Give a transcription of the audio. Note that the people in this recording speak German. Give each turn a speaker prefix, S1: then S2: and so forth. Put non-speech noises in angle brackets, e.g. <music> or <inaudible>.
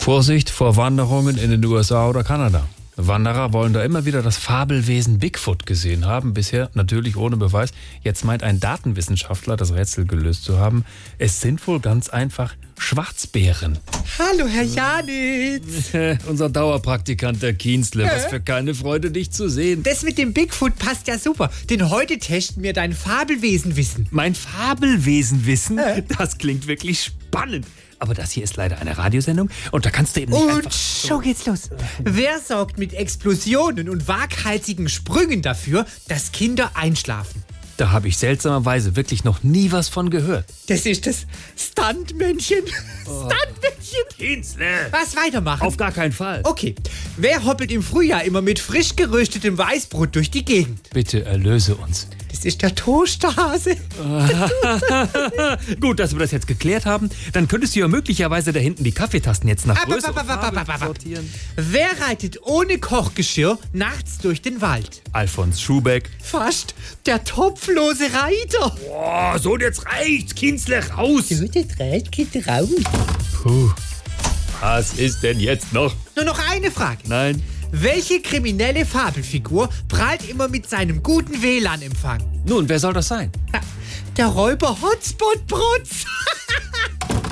S1: Vorsicht vor Wanderungen in den USA oder Kanada. Wanderer wollen da immer wieder das Fabelwesen Bigfoot gesehen haben, bisher natürlich ohne Beweis. Jetzt meint ein Datenwissenschaftler, das Rätsel gelöst zu haben. Es sind wohl ganz einfach Schwarzbären.
S2: Hallo, Herr Janitz.
S1: <laughs> Unser Dauerpraktikant der Kienzle, was für keine Freude, dich zu sehen.
S2: Das mit dem Bigfoot passt ja super, denn heute testen wir dein Fabelwesenwissen.
S1: Mein Fabelwesen wissen, das klingt wirklich spannend. Aber das hier ist leider eine Radiosendung und da kannst du eben nicht
S2: Und
S1: einfach...
S2: schon geht's los. Wer sorgt mit Explosionen und waghalsigen Sprüngen dafür, dass Kinder einschlafen?
S1: Da habe ich seltsamerweise wirklich noch nie was von gehört.
S2: Das ist das Stuntmännchen. Stuntmännchen.
S1: Kienzle!
S2: Was weitermachen?
S1: Oh. Auf gar keinen Fall.
S2: okay. Wer hoppelt im Frühjahr immer mit frisch geröstetem Weißbrot durch die Gegend?
S1: Bitte erlöse uns.
S2: Das ist der Toasterhase.
S1: Oh. Gut, dass wir das jetzt geklärt haben. Dann könntest du ja möglicherweise da hinten die Kaffeetasten jetzt nach
S2: Ab,
S1: Größe
S2: ab,
S1: und
S2: ab, ab, ab,
S1: Farbe
S2: ab, ab.
S1: sortieren.
S2: Wer reitet ohne Kochgeschirr nachts durch den Wald?
S1: Alfons Schubeck.
S2: Fast der topflose Reiter.
S1: Boah, so jetzt reicht's, Kienzle, raus!
S2: das Reit geht raus.
S1: Puh, was ist denn jetzt noch?
S2: Nur noch eine Frage.
S1: Nein.
S2: Welche kriminelle Fabelfigur prahlt immer mit seinem guten WLAN-Empfang?
S1: Nun, wer soll das sein?
S2: <laughs> Der Räuber Hotspot Brutz.